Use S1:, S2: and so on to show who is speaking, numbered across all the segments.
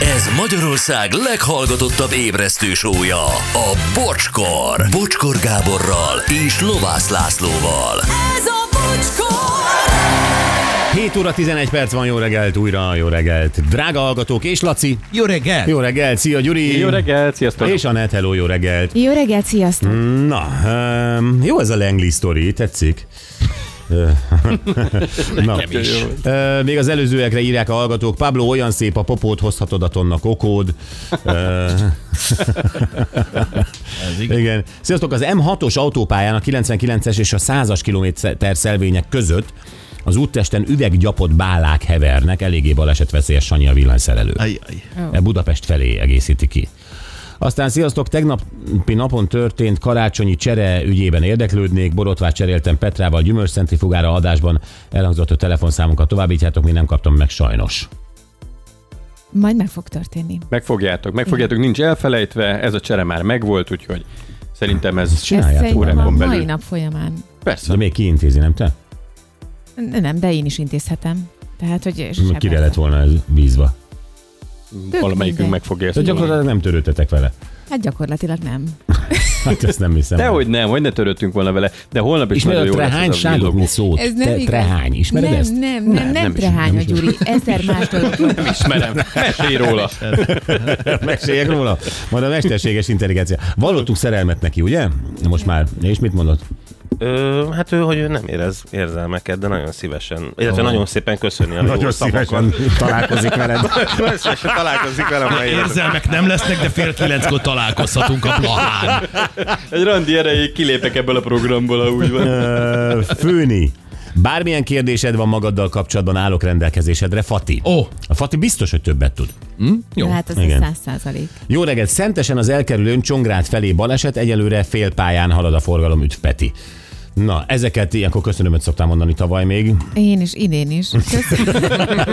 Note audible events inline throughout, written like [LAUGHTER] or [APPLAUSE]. S1: Ez Magyarország leghallgatottabb ébresztő sója, a Bocskor. Bocskor Gáborral és Lovász Lászlóval.
S2: Ez a bocskor!
S3: 7 óra 11 perc van, jó reggelt újra, jó reggelt. Drága hallgatók, és Laci,
S4: Jó reggel!
S3: jó reggelt, szia Gyuri.
S5: Jó reggelt, sziasztok!
S3: És Anett, hello, jó reggelt.
S6: Jó reggelt, sziasztok! Mm.
S3: Na, um, jó ez a Langley sztori, tetszik. Ö, [LAUGHS] Na, Ö, még az előzőekre írják a hallgatók, Pablo olyan szép a popót, hozhatod a tonna kokód. Ö,
S4: Ez igen.
S3: Igen. Sziasztok, az M6-os autópályán a 99-es és a 100-as kilométer szelvények között az úttesten üveggyapott bálák hevernek, eléggé balesetveszélyes Sanyi a villanyszerelő. E
S4: Ajaj.
S3: Budapest felé egészíti ki. Aztán sziasztok, tegnapi napon történt karácsonyi csere ügyében érdeklődnék, borotvát cseréltem Petrával Gyümölcsszenti fogára adásban, elhangzott a telefonszámunkat továbbítjátok, mi nem kaptam meg sajnos.
S6: Majd meg fog történni.
S5: Megfogjátok, megfogjátok, nincs elfelejtve, ez a csere már megvolt, úgyhogy szerintem ez...
S6: Ez
S3: Csináljátok.
S6: szerintem a
S5: órákon
S6: mai
S5: belül.
S6: nap folyamán.
S3: De
S5: Persze.
S3: még kiintézi, nem te?
S6: N- Nem, de én is intézhetem. Tehát, hogy sem
S3: Kire
S6: baj.
S3: lett volna ez vízva?
S5: Valamelyikünk
S6: mindegy.
S5: megfogja
S3: De
S5: ezt.
S3: gyakorlatilag nem törődtetek vele.
S6: Hát gyakorlatilag nem.
S3: Hát ezt nem hiszem.
S5: Dehogy nem, vagy ne törődtünk volna vele, de holnap is
S3: Ismered
S5: nagyon
S3: a
S5: jó
S3: trehány
S5: lesz ez a
S3: ságot,
S5: villogó.
S3: mint szót?
S6: Ez nem
S3: Te-
S6: igaz.
S3: Trehány, ismered
S6: nem,
S3: ezt?
S6: Nem, nem, nem,
S5: nem
S6: nem
S5: is-
S6: trehány a Gyuri. Ezer más
S3: [LAUGHS]
S6: dolog.
S5: Nem ismerem, mesélj róla.
S3: Meséljek róla? Majd a mesterséges intelligencia. Vallottuk szerelmet neki, ugye? Most már. És mit mondott?
S7: Ö, hát ő, hogy ő nem érez érzelmeket, de nagyon szívesen, illetve
S3: Ó.
S7: oh. nagyon szépen köszöni a jó szavakat.
S3: találkozik veled.
S7: Nagyon szívesen találkozik velem, ha érzel.
S4: Érzelmek nem lesznek, de fél kilenckor találkozhatunk a plahán.
S5: Egy randi erejéig kilépek ebből a programból, ha úgy van.
S3: Ö, Főni. Bármilyen kérdésed van magaddal kapcsolatban, állok rendelkezésedre, Fati.
S4: Ó,
S3: A Fati biztos, hogy többet tud.
S4: Jó.
S6: Hát az
S3: Igen.
S6: száz százalék.
S3: Jó reggelt, szentesen az elkerülőn Csongrád felé baleset, egyelőre fél pályán halad a forgalom, üdv Peti. Na, ezeket ilyenkor köszönömet szoktam mondani tavaly még.
S6: Én is, idén
S3: [LAUGHS]
S6: is. Köszönöm.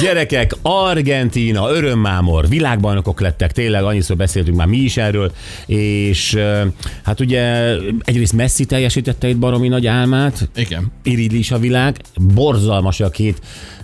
S3: Gyerekek, Argentina, örömmámor, világbajnokok lettek, tényleg annyiszor beszéltünk már mi is erről, és ö, hát ugye egyrészt Messi teljesítette itt baromi nagy álmát,
S4: Igen.
S3: irigylis a világ, borzalmas a két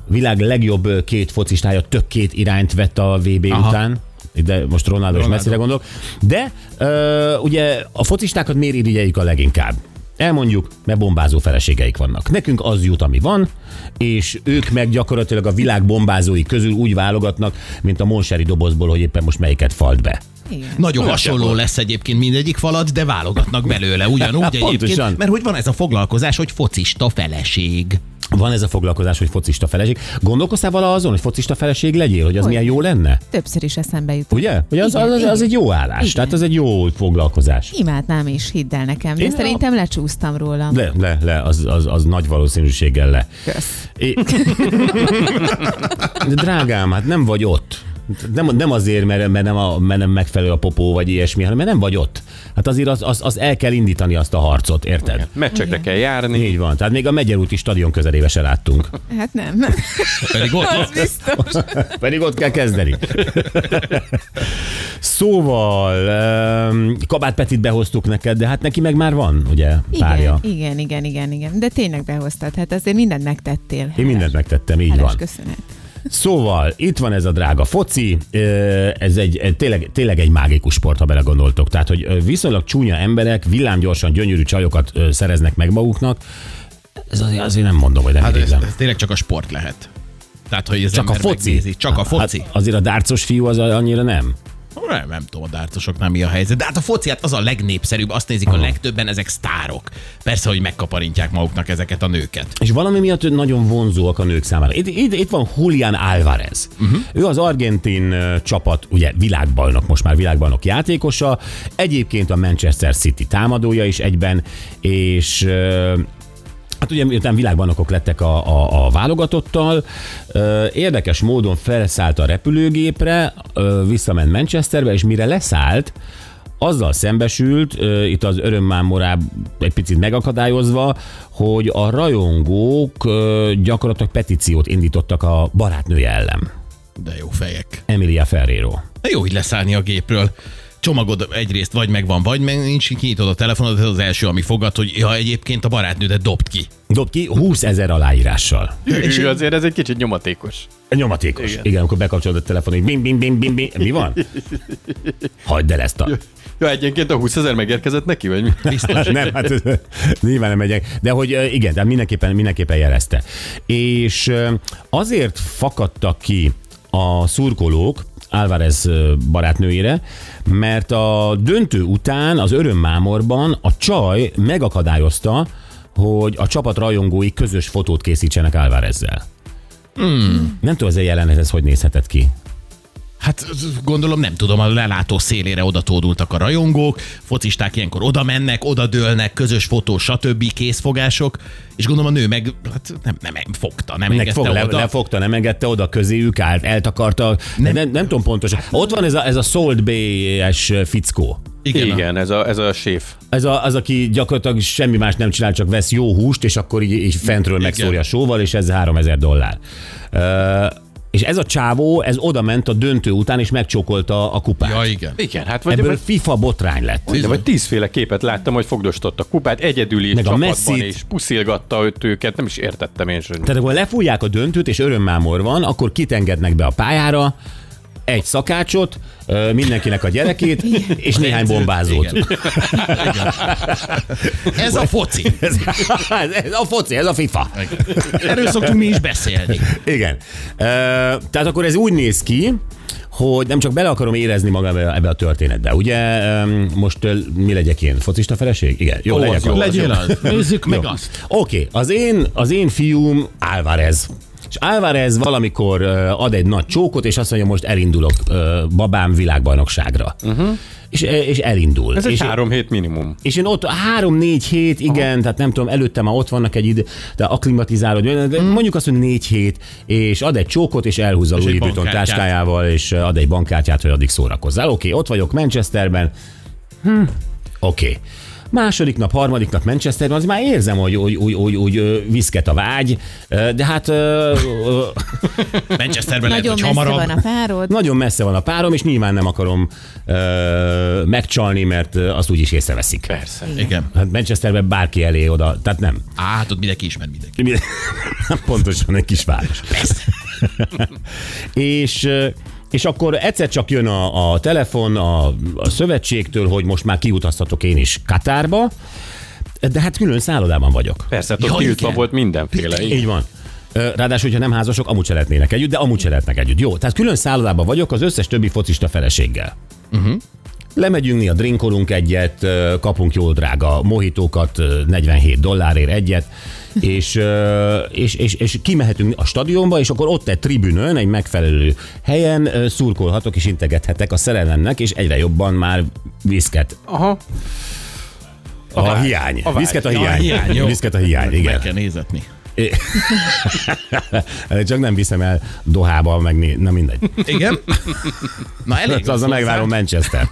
S3: világ legjobb ö, két focistája, tök két irányt vett a VB Aha.
S4: Aha.
S3: után. De most Ronaldo, és
S4: Ronaldo.
S3: Messire gondolok. De ö, ugye a focistákat miért irigyeljük a leginkább? Elmondjuk, mert bombázó feleségeik vannak. Nekünk az jut, ami van, és ők meg gyakorlatilag a világ bombázói közül úgy válogatnak, mint a monseri dobozból, hogy éppen most melyiket falt be.
S6: Igen.
S4: Nagyon hasonló lesz egyébként mindegyik falat, de válogatnak belőle ugyanúgy
S3: Hát, Pontosan.
S4: egyébként, mert hogy van ez a foglalkozás, hogy focista feleség.
S3: Van ez a foglalkozás, hogy focista feleség. Gondolkoztál vala azon, hogy focista feleség legyél, hogy az
S6: Hogy?
S3: milyen jó lenne?
S6: Többször is eszembe jut.
S3: Ugye? Ugye az,
S6: Igen,
S3: az, az, az
S6: igen.
S3: egy jó állás,
S6: Igen.
S3: tehát az egy jó foglalkozás.
S6: Imádnám is, hidd el nekem. De
S3: Én-
S6: szerintem lecsúsztam róla.
S3: Le, le, le, az, az, az nagy valószínűséggel le.
S6: Kösz.
S3: É... De drágám, hát nem vagy ott. Nem, nem azért, mert, mert, nem a, mert nem megfelelő a popó, vagy ilyesmi, hanem mert nem vagy ott. Hát azért az, az, az el kell indítani azt a harcot, érted?
S5: Meccsekre kell járni.
S3: Így van, tehát még a Megyerúti stadion közelébe se láttunk.
S6: Hát nem,
S3: [LAUGHS]
S6: nem.
S4: Pedig ott
S6: Az biztos.
S3: Pedig ott kell
S6: [LAUGHS]
S3: kezdeni. szóval, ehm, Kabát Petit behoztuk neked, de hát neki meg már van, ugye, párja.
S6: Igen, igen, igen, igen, igen. De tényleg behoztad. Hát azért mindent megtettél.
S3: Én mindent megtettem, így
S6: Hálás
S3: van.
S6: köszönet.
S3: Szóval, itt van ez a drága foci, ö, ez egy ö, tényleg, tényleg egy mágikus sport, ha belegondoltok. Tehát, hogy ö, viszonylag csúnya emberek villámgyorsan gyönyörű csajokat ö, szereznek meg maguknak, ez azért, azért nem mondom, hogy nem
S4: Hát ez,
S3: idézem.
S4: ez tényleg csak a sport lehet. Tehát, hogy ez
S3: Csak a
S4: ember
S3: foci?
S4: megnézi, Csak a foci.
S3: Hát azért a dárcos fiú az annyira nem.
S4: Nem, nem tudom a dárcosoknál mi a helyzet. De hát a foci hát az a legnépszerűbb, azt nézik a legtöbben, ezek sztárok. Persze, hogy megkaparintják maguknak ezeket a nőket.
S3: És valami miatt ő nagyon vonzóak a nők számára. Itt, itt, itt van Julian Álvarez. Uh-huh. Ő az argentin ö, csapat, ugye világbajnok, most már világbajnok játékosa, egyébként a Manchester City támadója is egyben, és ö, Hát ugye miután világbajnokok lettek a, a, a válogatottal, ö, érdekes módon felszállt a repülőgépre, ö, visszament Manchesterbe, és mire leszállt, azzal szembesült, ö, itt az örömmámorább egy picit megakadályozva, hogy a rajongók ö, gyakorlatilag petíciót indítottak a barátnője ellen,
S4: De jó fejek.
S3: Emilia Ferrero.
S4: Na jó, így leszállni a gépről. csomagod egyrészt vagy megvan, vagy meg nincs, kinyitod a telefonod, ez az első, ami fogad, hogy ja, egyébként a barátnődet dobt ki.
S3: Dob ki 20 ezer aláírással.
S5: És azért ez egy kicsit nyomatékos.
S3: Nyomatékos. Igen, Igen amikor bekapcsolod a telefon, így bim, bim, bim, bim, bim. Mi van? Hagyd el ezt a...
S5: Ja, egyenként a 20 ezer megérkezett neki, vagy mi?
S4: Biztos.
S3: Nem, hát ez- nyilván nem megyek. De hogy ö, igen, tehát mindenképpen, mindenképpen jelezte. És ö, azért fakadtak ki a szurkolók Álvarez ö, barátnőjére, mert a döntő után az örömmámorban a csaj megakadályozta, hogy a csapat rajongói közös fotót készítsenek Álvarezzel. Hmm. Nem tudom, ez a jelenet, ez hogy nézhetett ki.
S4: Hát gondolom nem tudom, a lelátó szélére oda tódultak a rajongók, focisták ilyenkor oda mennek, oda dőlnek, közös fotó, stb. készfogások, és gondolom a nő meg hát nem, nem, nem fogta, nem
S3: Meg
S4: engedte
S3: fog, le,
S4: oda.
S3: lefogta, nem engedte oda, közéjük állt, eltakarta, nem, nem, nem tudom pontosan. Ott van ez a, ez a Sold Bay-es fickó.
S4: Igen, Igen.
S5: Igen, ez a, ez a séf.
S3: Ez a, az, aki gyakorlatilag semmi más nem csinál, csak vesz jó húst, és akkor így, így fentről megszórja a sóval, és ez 3000 dollár. Ö, és ez a csávó, ez oda ment a döntő után, és megcsókolta a kupát.
S4: Ja, igen.
S5: Igen, hát vagy,
S3: Ebből
S5: vagy,
S3: FIFA botrány lett.
S5: de vagy tízféle képet láttam, hogy fogdostott a kupát, egyedüli
S3: Meg a
S5: csapatban,
S3: Messit.
S5: és puszilgatta őt őket, nem is értettem én sem.
S3: Tehát akkor lefújják a döntőt, és örömmámor van, akkor kitengednek be a pályára, egy szakácsot, ö, mindenkinek a gyerekét, és néhány bombázót.
S4: Igen. Ez a foci.
S3: Ez, ez a foci, ez a FIFA.
S4: Erről szoktunk mi is beszélni.
S3: Igen. Ö, tehát akkor ez úgy néz ki, hogy nem csak bele akarom érezni magam ebbe, ebbe a történetbe. Ugye öm, most ö, mi legyek én? Focista feleség? Igen. Jó, legyek az.
S4: Legyél az. Nézzük meg azt.
S3: Oké, okay, az, én, az én fiúm Álvarez. És Álvarez valamikor ö, ad egy nagy csókot, és azt mondja, most elindulok ö, babám világbajnokságra. Uh-huh. És, és elindul.
S5: Mhm. Ez egy
S3: és,
S5: három hét minimum.
S3: és én ott három-négy hét, igen, Aha. tehát nem tudom, előtte már ott vannak egy idő, de aklimatizálod, de mondjuk azt, hogy négy hét, és ad egy csókot, és elhúzza
S4: Mm. És
S3: Louis
S4: egy
S3: Vuitton
S4: bankkártyát.
S3: táskájával, és ad egy bankkártyát, hogy addig szórakozzál. Oké, okay, ott vagyok Manchesterben. Hm. Oké. Okay. Második nap, harmadik nap Manchesterben, az már érzem, hogy úgy, úgy, úgy, úgy ö, viszket a vágy, Ö, de hát ö, ö,
S4: Manchesterben lehet,
S6: Nagyon
S4: hogy
S6: messze
S4: hamarabb.
S6: van a párod.
S3: nagyon messze van a párom, és nyilván nem akarom ö, megcsalni, mert ö, azt úgyis észreveszik.
S5: Persze.
S4: Igen.
S3: Hát Manchesterben bárki elé oda, tehát nem.
S4: Á, hát ott mindenki ismer mindenki.
S3: Mi- [LAUGHS] Pontosan egy kis város. és, ö, és akkor egyszer csak jön a, a telefon a, a szövetségtől, hogy most már kiutaztatok én is Katárba, de hát külön szállodában vagyok.
S5: Persze, hát
S4: Ja,
S5: ott tiltva
S4: igen.
S5: volt mindenféle.
S3: Így van. Ö, Ráadásul, hogyha nem házasok, amúgy se lehetnének együtt, de amúgy se lehetnek együtt. Jó, tehát külön szállodában vagyok az összes többi focista feleséggel. Uh-huh. Lemegyünk, mi a drinkolunk egyet, ö, kapunk jó drága mohitókat, ö, 47 dollárért egyet, és, ö, és, és, és kimehetünk a stadionba, és akkor ott egy tribünön, egy megfelelő helyen ö, szurkolhatok és integethetek a szerelemnek, és egyre jobban már viszket
S5: Aha.
S3: a, a hiány. A
S5: vágy.
S3: viszket a
S4: Ja, a
S3: hiány.
S4: hiány, jó.
S3: viszket a hiány, igen.
S4: Meg kell nézetni.
S3: Csak nem viszem el Dohába, meg né- na mindegy.
S4: Igen.
S3: [LAUGHS]
S4: Na elég.
S3: Az a megvárom Manchester.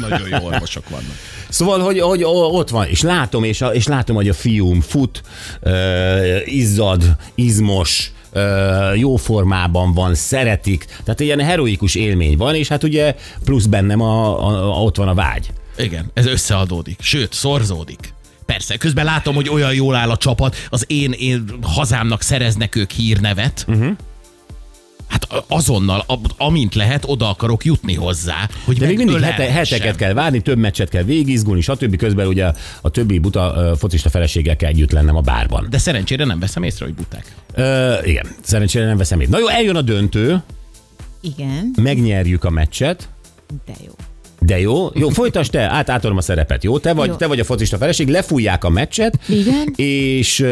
S4: Nagyon jó orvosok vannak.
S3: Szóval, hogy, hogy o- ott van, és látom, és, a, és látom, hogy a fiúm fut, ö, izzad, izmos, ö, jó formában van, szeretik. Tehát ilyen heroikus élmény van, és hát ugye plusz bennem a, a, a, ott van a vágy.
S4: Igen, ez összeadódik, sőt, szorzódik. Persze, közben látom, hogy olyan jól áll a csapat, az én, én hazámnak szereznek ők hírnevet.
S3: Mhm.
S4: Uh-huh. Hát a- azonnal, ab- amint lehet, oda akarok jutni hozzá, hogy
S3: De még mindig hete,
S4: megölelhessem.
S3: heteket kell várni, több meccset kell végigizgulni, stb. Közben ugye a többi buta ö, focista feleséggel kell együtt lennem a bárban.
S4: De szerencsére nem veszem észre, hogy buták.
S3: Ö, igen, szerencsére nem veszem én. Na jó, eljön a döntő,
S6: Igen,
S3: megnyerjük a meccset,
S6: de jó.
S3: de jó,
S6: [LAUGHS]
S3: jó, folytasd te, át, átadom a szerepet, jó? Te vagy,
S6: Jó.
S3: te vagy a focista feleség, lefújják a meccset,
S6: Igen.
S3: és uh,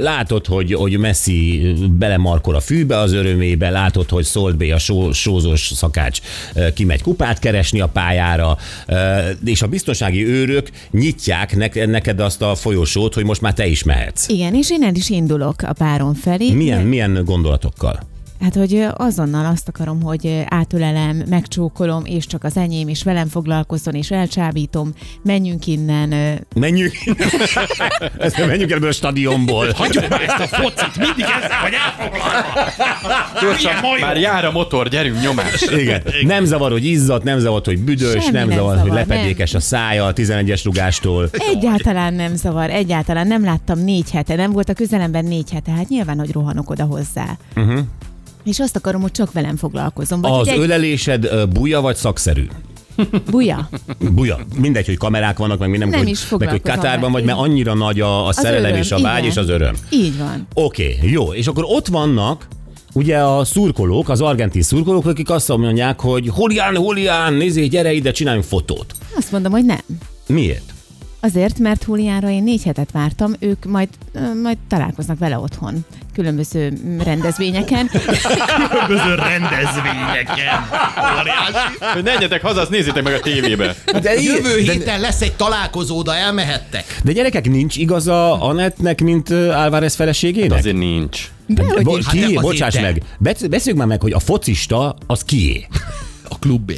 S3: látod, hogy, hogy Messi belemarkol a fűbe az örömébe, látod, hogy Szolt B, a só, sózós szakács uh, kimegy kupát keresni a pályára, uh, és a biztonsági őrök nyitják nek, neked azt a folyosót, hogy most már te is mehetsz.
S6: Igen, és én el is indulok a párom felé.
S3: Milyen, milyen gondolatokkal?
S6: Hát, hogy ö, azonnal azt akarom, hogy ö, átölelem, megcsókolom, és csak az enyém, és velem foglalkozzon, és elcsábítom, menjünk innen. ö.
S3: Menjünk, [LAUGHS] ezt menjünk ebből a stadionból.
S4: Hagyjuk már ezt a focit, mindig ezzel vagy elfoglalva. Milyen
S5: Gyorsan,
S4: majom?
S5: már jár a motor, gyerünk, nyomás.
S3: Igen. Nem zavar, hogy izzadt, nem zavar, hogy büdös,
S6: Semmi
S3: nem
S6: nem
S3: zavar, hogy
S6: zavar,
S3: lepedékes a szája a 11-es rugástól.
S6: Egyáltalán nem zavar, egyáltalán nem láttam négy hete, nem volt a közelemben négy hete, hát nyilván, hogy rohanok oda hozzá. Uh-huh. És azt akarom, hogy csak velem foglalkozom. Vagy
S3: Mhm. Az
S6: hogy egy
S3: ölelésed ö, buja vagy szakszerű? [LAUGHS]
S6: buja.
S3: Buja. Mindegy, hogy kamerák vannak, meg mi nem,
S6: Nem
S3: hogy,
S6: is
S3: meg, hogy
S6: foglalkozom
S3: Katárban
S6: vele.
S3: vagy, mert annyira nagy a, a szerelem és a vágy
S6: igen.
S3: és az öröm.
S6: Így van.
S3: Oké, okay, jó. És akkor ott vannak ugye a szurkolók, az argentin szurkolók, akik azt mondják, hogy Julián, Julián, nézzé, gyere ide, csináljunk fotót.
S6: Azt mondom, hogy nem.
S3: Miért?
S6: Azért, mert Juliánra én négy hetet vártam, ők majd, ö, majd találkoznak vele otthon, különböző mm, rendezvényeken.
S4: Különböző rendezvényeken. Óriási.
S5: Hogy ne egyetek haza, azt nézzétek meg a tévébe.
S3: De,
S4: Hát Jövő héten lesz egy találkozó, oda elmehettek.
S3: de gyerekek, nincs igaza Anetnek, mint ö, Álvarez feleségének?
S5: Azért nincs.
S6: De,
S3: Bo-
S4: is. Hát
S3: kié?
S4: nem azért
S3: Bocsáss
S4: te.
S3: meg. Bec- Beszéljünk már meg, hogy a focista az kié.
S4: A klubé.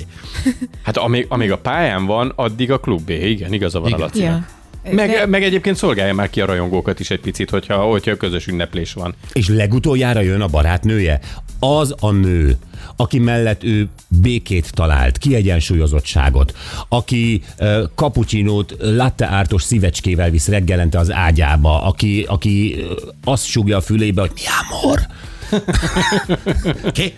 S5: Hát amíg, amíg a pályán van, addig a klubé. Igen, igaza van a
S4: Igen.
S5: Lacinak.
S6: ja.
S5: Meg,
S6: De-
S5: meg egyébként szolgálja már ki a rajongókat is egy picit, hogyha, hogyha közös ünneplés van.
S3: És legutoljára jön a barátnője. Az a nő, aki mellett ő békét talált, kiegyensúlyozottságot, aki ö, kapucsinót latte ártos szívecskével visz reggelente az ágyába, aki, aki ö, azt súgja a fülébe, hogy mi amor.
S4: Oké? Okay?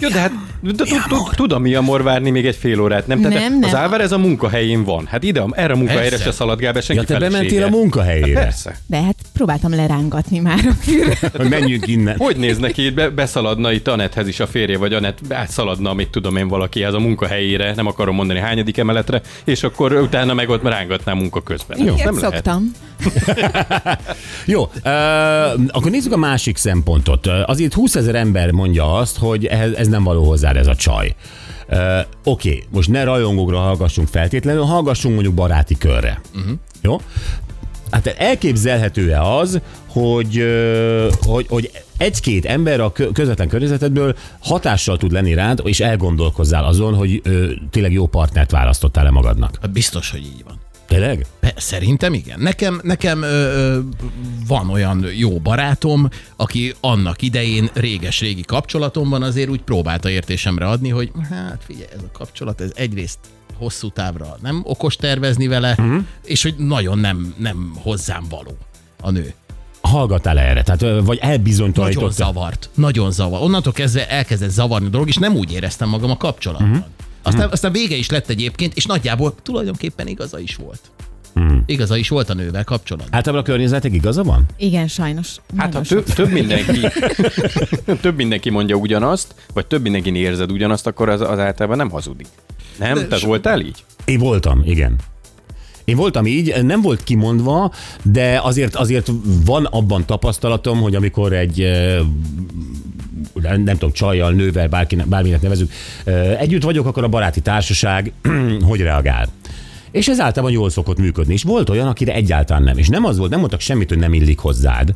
S5: Jó, de hát de, tud, tud, tud a mi amor várni még egy fél órát, nem? Tehát
S6: Nem,
S5: Az
S6: nem.
S5: Álvarez a munkahelyén van. Hát ide, erre a munkahelyre
S4: Persze.
S5: se szaladgál be senki
S3: Ja, te bementél
S5: felesége.
S3: a munkahelyére.
S5: [LAUGHS] Persze.
S6: de hát próbáltam lerángatni már a fűre.
S3: Hogy menjünk innen.
S5: Hogy néz neki, be, beszaladna itt Anethez is a férje, vagy Anet átszaladna, amit tudom én valakihez a munkahelyére, nem akarom mondani hányadik emeletre, és akkor utána meg ott rángatná munka közben. Jó,
S6: Ilyet
S5: nem lehet.
S6: szoktam.
S3: Jó, ö, akkor nézzük a másik szempontot. Ö, Azért 20 ezer ember mondja azt, hogy ehhez, ez nem való hozzád ez a csaj. Ö, Oké, okay, most ne rajongókra hallgassunk feltétlenül, hallgassunk mondjuk baráti körre. Uh-huh. Jó? Hát elképzelhető-e az, hogy, ö, hogy, hogy egy-két ember a kö- közvetlen környezetedből hatással tud lenni rád, és elgondolkozzál azon, hogy ö, tényleg jó partnert választottál-e magadnak?
S4: Hát Biztos, hogy így van.
S3: Tényleg?
S4: Pe- Szerintem igen. Nekem, nekem ö, ö, van olyan jó barátom, aki annak idején réges-régi kapcsolatomban azért úgy próbálta értésemre adni, hogy hát figyelj, ez a kapcsolat, ez egyrészt hosszú távra nem okos tervezni vele, mm. és hogy nagyon nem, nem hozzám való a nő.
S3: Hallgattál erre? Tehát, ö, vagy
S4: Nagyon
S3: elbizonytalanítottál?
S4: zavart. Nagyon zavar. Onnantól kezdve elkezdett zavarni a dolog, és nem úgy éreztem magam a kapcsolatban. Aztán, aztán vége is lett egyébként, és nagyjából tulajdonképpen igaza is volt. Igaza is volt a nővel kapcsolatban.
S3: Általában a környezetek igaza van?
S6: Igen, sajnos.
S5: Hát ha
S6: Nagyon
S5: több,
S6: sok.
S5: több, mindenki, [LAUGHS] több mindenki mondja ugyanazt, vagy több mindenki érzed ugyanazt, akkor az, az általában nem hazudik. Nem? Te voltál így?
S3: Én voltam, igen. Én voltam így, nem volt kimondva, de azért, azért van abban tapasztalatom, hogy amikor egy ö, nem nem tudom, csajjal, nővel, bárkinek, bárminek nevezünk, ö, együtt vagyok, akkor a baráti társaság [CLEARS THROAT] hogy reagál. És ez általában jól szokott működni. És volt olyan, akire egyáltalán nem. És nem az volt, nem mondtak semmit, hogy nem illik hozzád,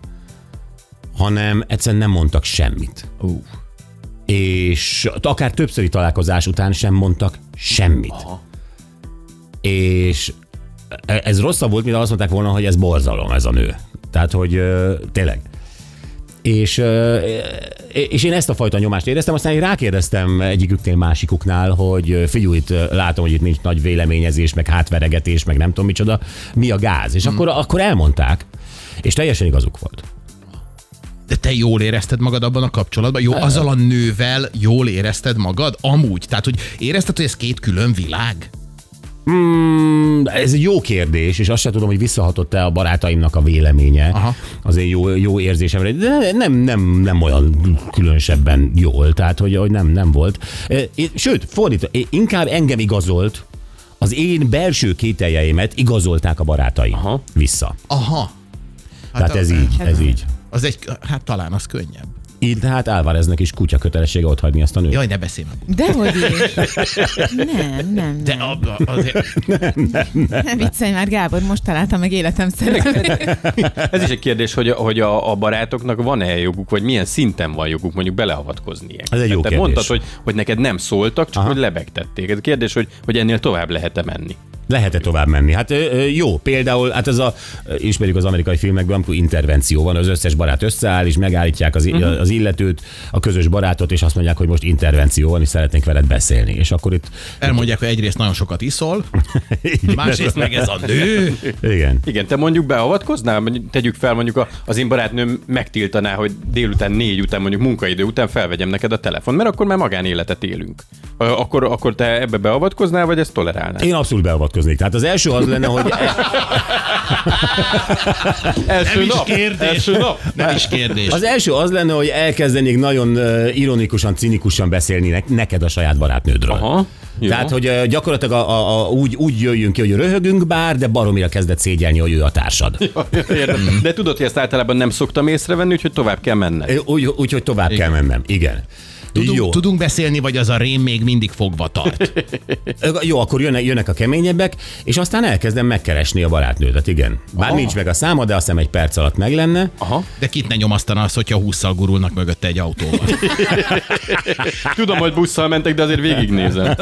S3: hanem egyszerűen nem mondtak semmit.
S4: Ú.
S3: És akár többszöri találkozás után sem mondtak semmit. Aha. És e- ez rosszabb volt, mint ha azt mondták volna, hogy ez borzalom ez a nő. Tehát, hogy ö, tényleg. És, ö, és én ezt a fajta nyomást éreztem, aztán én rákérdeztem egyiküknél másikuknál, hogy ö, figyelj, itt ö, látom, hogy itt nincs nagy véleményezés, meg hátveregetés, meg nem tudom micsoda, mi a gáz. És akkor, akkor elmondták, és teljesen igazuk volt.
S4: De te jól érezted magad abban a kapcsolatban? Jó, azzal a nővel jól érezted magad? Amúgy. Tehát, hogy érezted, hogy ez két külön világ?
S3: Mm, ez egy jó kérdés, és azt sem tudom, hogy visszahatott-e a barátaimnak a véleménye Aha.
S4: Aha.
S3: az én jó, jó érzésemre, de nem, nem, nem olyan különösebben jól, tehát hogy, hogy nem, nem volt. Eh, én- Sőt, fordítva, én- inkább engem igazolt, az én belső kételjeimet igazolták a barátaim Aha.
S5: Aha.
S3: vissza.
S4: Aha. Hát
S3: Tehát ez így, ez így.
S4: Az egy, hát talán az könnyebb.
S3: Így tehát Álvareznek is kutya kötelessége ott hagyni azt a nőt.
S4: Jaj, ne beszélj már.
S6: Dehogy
S5: [LAUGHS]
S6: is. Nem, nem,
S4: De
S6: nem.
S4: a, a, azért,
S6: Ne viccelj már, Gábor, most találtam meg életem szerelmét.
S5: Ez is egy kérdés, hogy, hogy a, a barátoknak van-e joguk, vagy milyen szinten van joguk mondjuk beleavatkozni ilyen.
S3: Ez egy jó
S5: Te
S3: kérdés.
S5: mondtad, hogy, hogy neked nem szóltak, csak
S3: Aha.
S5: Aha. hogy lebegtették. Ez a kérdés, hogy, hogy ennél tovább lehet-e menni.
S3: Lehet-e tovább menni? Hát ö, ö, jó, például, hát ez a, ö, ismerjük az amerikai filmekben, amikor intervenció van, az összes barát összeáll, és megállítják az,
S5: Mhm.
S3: uh-huh. az illetőt, a közös barátot, és azt mondják, hogy most intervenció van, és szeretnénk veled beszélni. És akkor itt...
S4: elmondják, hogy egyrészt nagyon
S3: [LAUGHS]
S4: sokat iszol, másrészt meg ez a nő.
S3: Igen.
S5: Igen, te mondjuk beavatkoznál, Mondjuk tegyük fel mondjuk a, az én barátnőm megtiltaná, hogy délután négy után, mondjuk munkaidő után felvegyem neked a telefon, mert akkor már magánéletet élünk. Ö, Akkor, akkor te ebbe beavatkoznál, vagy ezt tolerálnád?
S3: Én abszolút beavatkoznék. Tehát az első az lenne, hogy
S5: Első
S4: Nem is
S5: nap?
S4: kérdés.
S5: Első nap?
S4: Nem is kérdés.
S3: az első az lenne, hogy elkezdenék nagyon ö, ironikusan, cinikusan beszélni ne- neked a saját barátnődről.
S5: Aha, jó.
S3: Tehát, hogy ö, gyakorlatilag a, a, a, úgy, úgy jöjjünk ki, hogy röhögünk bár, de baromira kezdett szégyelni, hogy ő a társad.
S5: [LAUGHS] Értem. De tudod, hogy ezt általában nem szoktam észrevenni, úgyhogy tovább kell menned.
S3: Ö, Úgy, úgy hogy tovább Igen. kell mennem. Igen.
S4: Tudunk, tudunk beszélni, vagy az a rém még mindig fogva tart.
S3: Ö, Jó, akkor jönnek, jönnek a keményebbek, és aztán elkezdem megkeresni a barátnődet, igen. Bár Aha. nincs meg a száma, de azt hiszem egy perc alatt meg lenne.
S5: Aha.
S4: De kit ne nyomasztana az, hogyha húszszal gurulnak mögötte egy autóval.
S5: Tudom, hogy busszal mentek, de azért
S3: [LAUGHS]
S5: végignézem.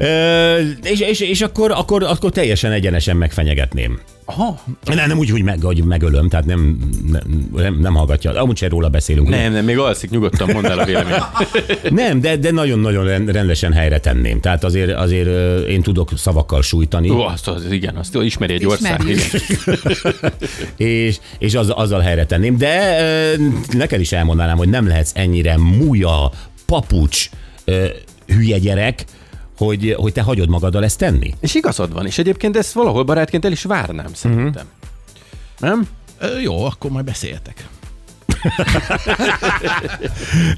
S3: Ö, és, és, és akkor, akkor, akkor teljesen egyenesen megfenyegetném.
S5: Aha.
S3: Nem, nem úgy, hogy, meg, hogy megölöm, tehát nem, nem- nem, nem hallgatja. Amúgy sem róla beszélünk. ugye?
S5: Nem, nem, még alszik, nyugodtan mondd el a véleményt. [LAUGHS]
S3: nem de, de nagyon-nagyon rend- rendesen helyre tenném. Tehát azért, azért ö, én tudok szavakkal sújtani.
S5: Ó, azt, az, igen, azt ismeri egy ország.
S6: Ismerjük.
S5: Igen.
S3: és, és az, azzal helyre tenném. De ö, neked is elmondanám, hogy nem lehetsz ennyire múja, papucs, ö, hülye gyerek, hogy, hogy te hagyod magaddal ezt tenni.
S5: És igazad van, és egyébként ezt valahol barátként el is várnám szerintem. Nem?
S4: Ö, Jó, akkor majd beszéltek.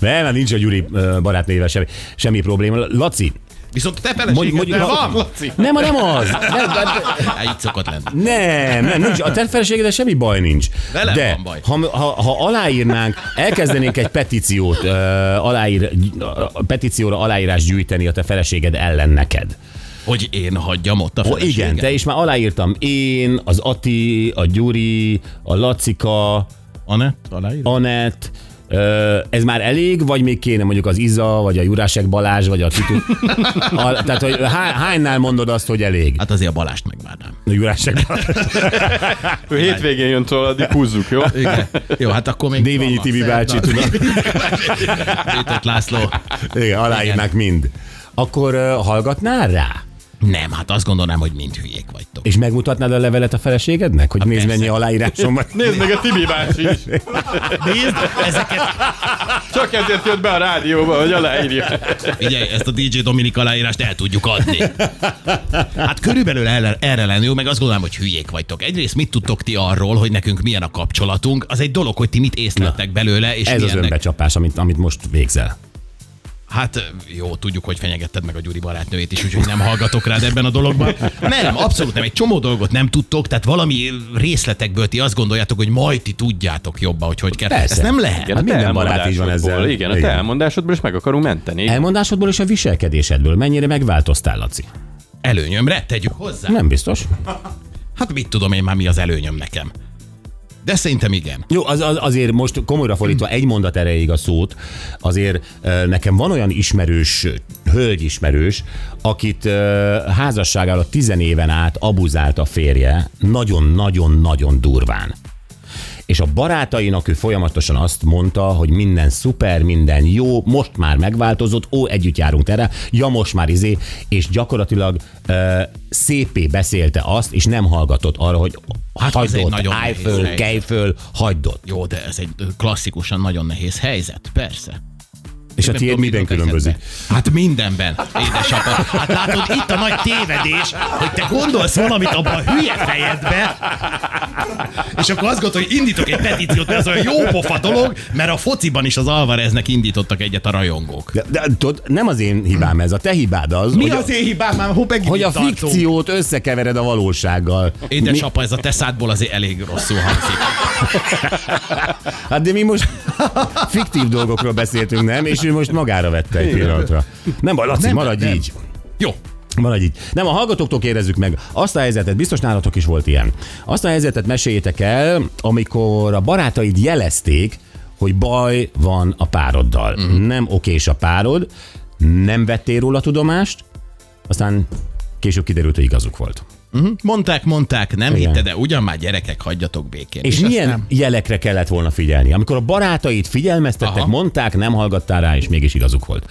S3: Nem, hát nincs a Gyuri ö, barátnével semmi, semmi probléma. Laci,
S4: Viszont te feleségedben
S3: mondjuk-
S4: van?
S3: nem, nem az. Nem,
S4: Hát [LAUGHS] így szokott lenni.
S3: nem, nem nincs. A te feleségedre semmi baj nincs.
S4: Velem
S3: De
S4: van baj.
S3: Ha, ha, ha aláírnánk, elkezdenénk egy petíciót, ö, aláír, a petícióra aláírás gyűjteni a te feleséged ellen neked.
S4: Hogy én hagyjam ott a
S3: Ó, igen, te is már aláírtam. Én, az Ati, a Gyuri, a Lacika,
S4: Anett, aláír?
S3: Anett, Ö, ez már elég, vagy még kéne mondjuk az Iza, vagy a Jurásek Balázs, vagy a [LAUGHS] Titu? A, tehát, hogy há, hánynál mondod azt, hogy elég?
S4: Hát azért a Balást megvárnám.
S3: A Jurásek Balázs.
S5: Ő hétvégén jön tőle, addig húzzuk, jó?
S4: Igen. [LAUGHS] Jó, hát akkor még...
S3: Dévényi
S4: vannak.
S3: Tibi bácsi,
S4: Na,
S3: tudod?
S4: [LAUGHS] Péter László.
S3: Igen, aláírnák mind. Akkor ö, hallgatnál rá?
S4: Nem, hát azt gondolnám, hogy mind hülyék vagytok.
S3: És megmutatnád a levelet a feleségednek? Hogy nézd,
S4: persze.
S3: mennyi aláírásom [LAUGHS] van.
S5: Nézd meg a Tibi bácsi is.
S4: Nézd, ezeket...
S5: Csak ezért jött be a rádióba, hogy aláírja.
S4: Figyelj, ezt a DJ Dominik aláírást el tudjuk adni. Hát körülbelül erre, erre lenne jó, meg azt gondolom, hogy hülyék vagytok. Egyrészt mit tudtok ti arról, hogy nekünk milyen a kapcsolatunk? Az egy dolog, hogy ti mit észleltek belőle, és
S3: Ez az
S4: milyennek...
S3: önbecsapás, amit, amit most végzel.
S4: Hát jó, tudjuk, hogy fenyegetted meg a Gyuri barátnőjét is, úgyhogy nem hallgatok rád ebben a dologban. Nem, abszolút nem. Egy csomó dolgot nem tudtok, tehát valami részletekből ti azt gondoljátok, hogy majd ti tudjátok jobban, hogy hogy kell.
S3: Persze.
S4: Ez nem lehet.
S5: Igen, a te
S3: minden barát így van
S5: elmondásodból.
S3: ezzel.
S5: Igen, a te
S3: Igen.
S5: elmondásodból is meg akarunk menteni.
S3: Elmondásodból és a viselkedésedből mennyire megváltoztál, Laci?
S4: Előnyömre tegyük hozzá.
S3: Nem biztos.
S4: Hát mit tudom én már, mi az előnyöm nekem. De szerintem igen.
S3: Jó, az, az, azért most komolyra fordítva egy mondat erejéig a szót, azért ö, nekem van olyan ismerős, ö, hölgyismerős, akit ö, házasság alatt 10 éven át abuzált a férje, nagyon-nagyon-nagyon durván. És a barátainak ő folyamatosan azt mondta, hogy minden szuper, minden jó, most már megváltozott, ó, együtt járunk erre, ja, most már izé, és gyakorlatilag ö, szépé beszélte azt, és nem hallgatott arra, hogy hát
S4: ez
S3: hagyd
S4: egy
S3: ott,
S4: nagyon
S3: állj
S4: nehéz
S3: föl,
S4: helyzet.
S3: kelj föl, hagyd ott.
S4: Jó, de ez egy ö, klasszikusan nagyon nehéz helyzet, persze.
S3: És a
S4: Nem
S3: tiéd
S4: tudom,
S3: minden
S4: mitől
S3: különbözik.
S4: kezdett be. Hát mindenben, édesapa. Hát látod, itt a nagy tévedés, hogy te gondolsz valamit abban a hülye fejedbe, és akkor azt gondolod, hogy indítok egy petíciót, mert ez olyan jó pofa dolog, mert a fociban is az Alvareznek indítottak egyet a rajongók.
S3: De, de tudod, nem az én hibám ez, a te hibád az, hogy, a,
S4: én hibám már, hol megint
S3: hogy a
S4: itt tartunk?
S3: fikciót összekevered a valósággal.
S4: Édesapa, ez a teszádból azért elég rosszul hangzik.
S3: Hát de mi most [LAUGHS] fiktív dolgokról beszéltünk, nem? És ő most magára vette egy pillanatra. Nem baj, Laci,
S4: Nem,
S3: maradj
S4: nem.
S3: így.
S4: Jó.
S3: Maradj így. Nem, a hallgatóktól kérdezzük meg. Azt a helyzetet, biztos nálatok is volt ilyen. Azt a helyzetet meséljétek el, amikor a barátaid jelezték, hogy baj van a pároddal. Mm. Nem okés a párod, nem vettél róla tudomást, aztán később kiderült, hogy igazuk volt.
S4: Mondták, mondták, nem
S3: Igen.
S4: hitte, de ugyan már gyerekek, hagyjatok békén.
S3: És, és milyen
S4: aztán-
S3: jelekre kellett volna figyelni? Amikor a barátait figyelmeztettek, Aha.
S4: Aha.
S3: mondták, nem hallgattál rá, és mégis igazuk volt.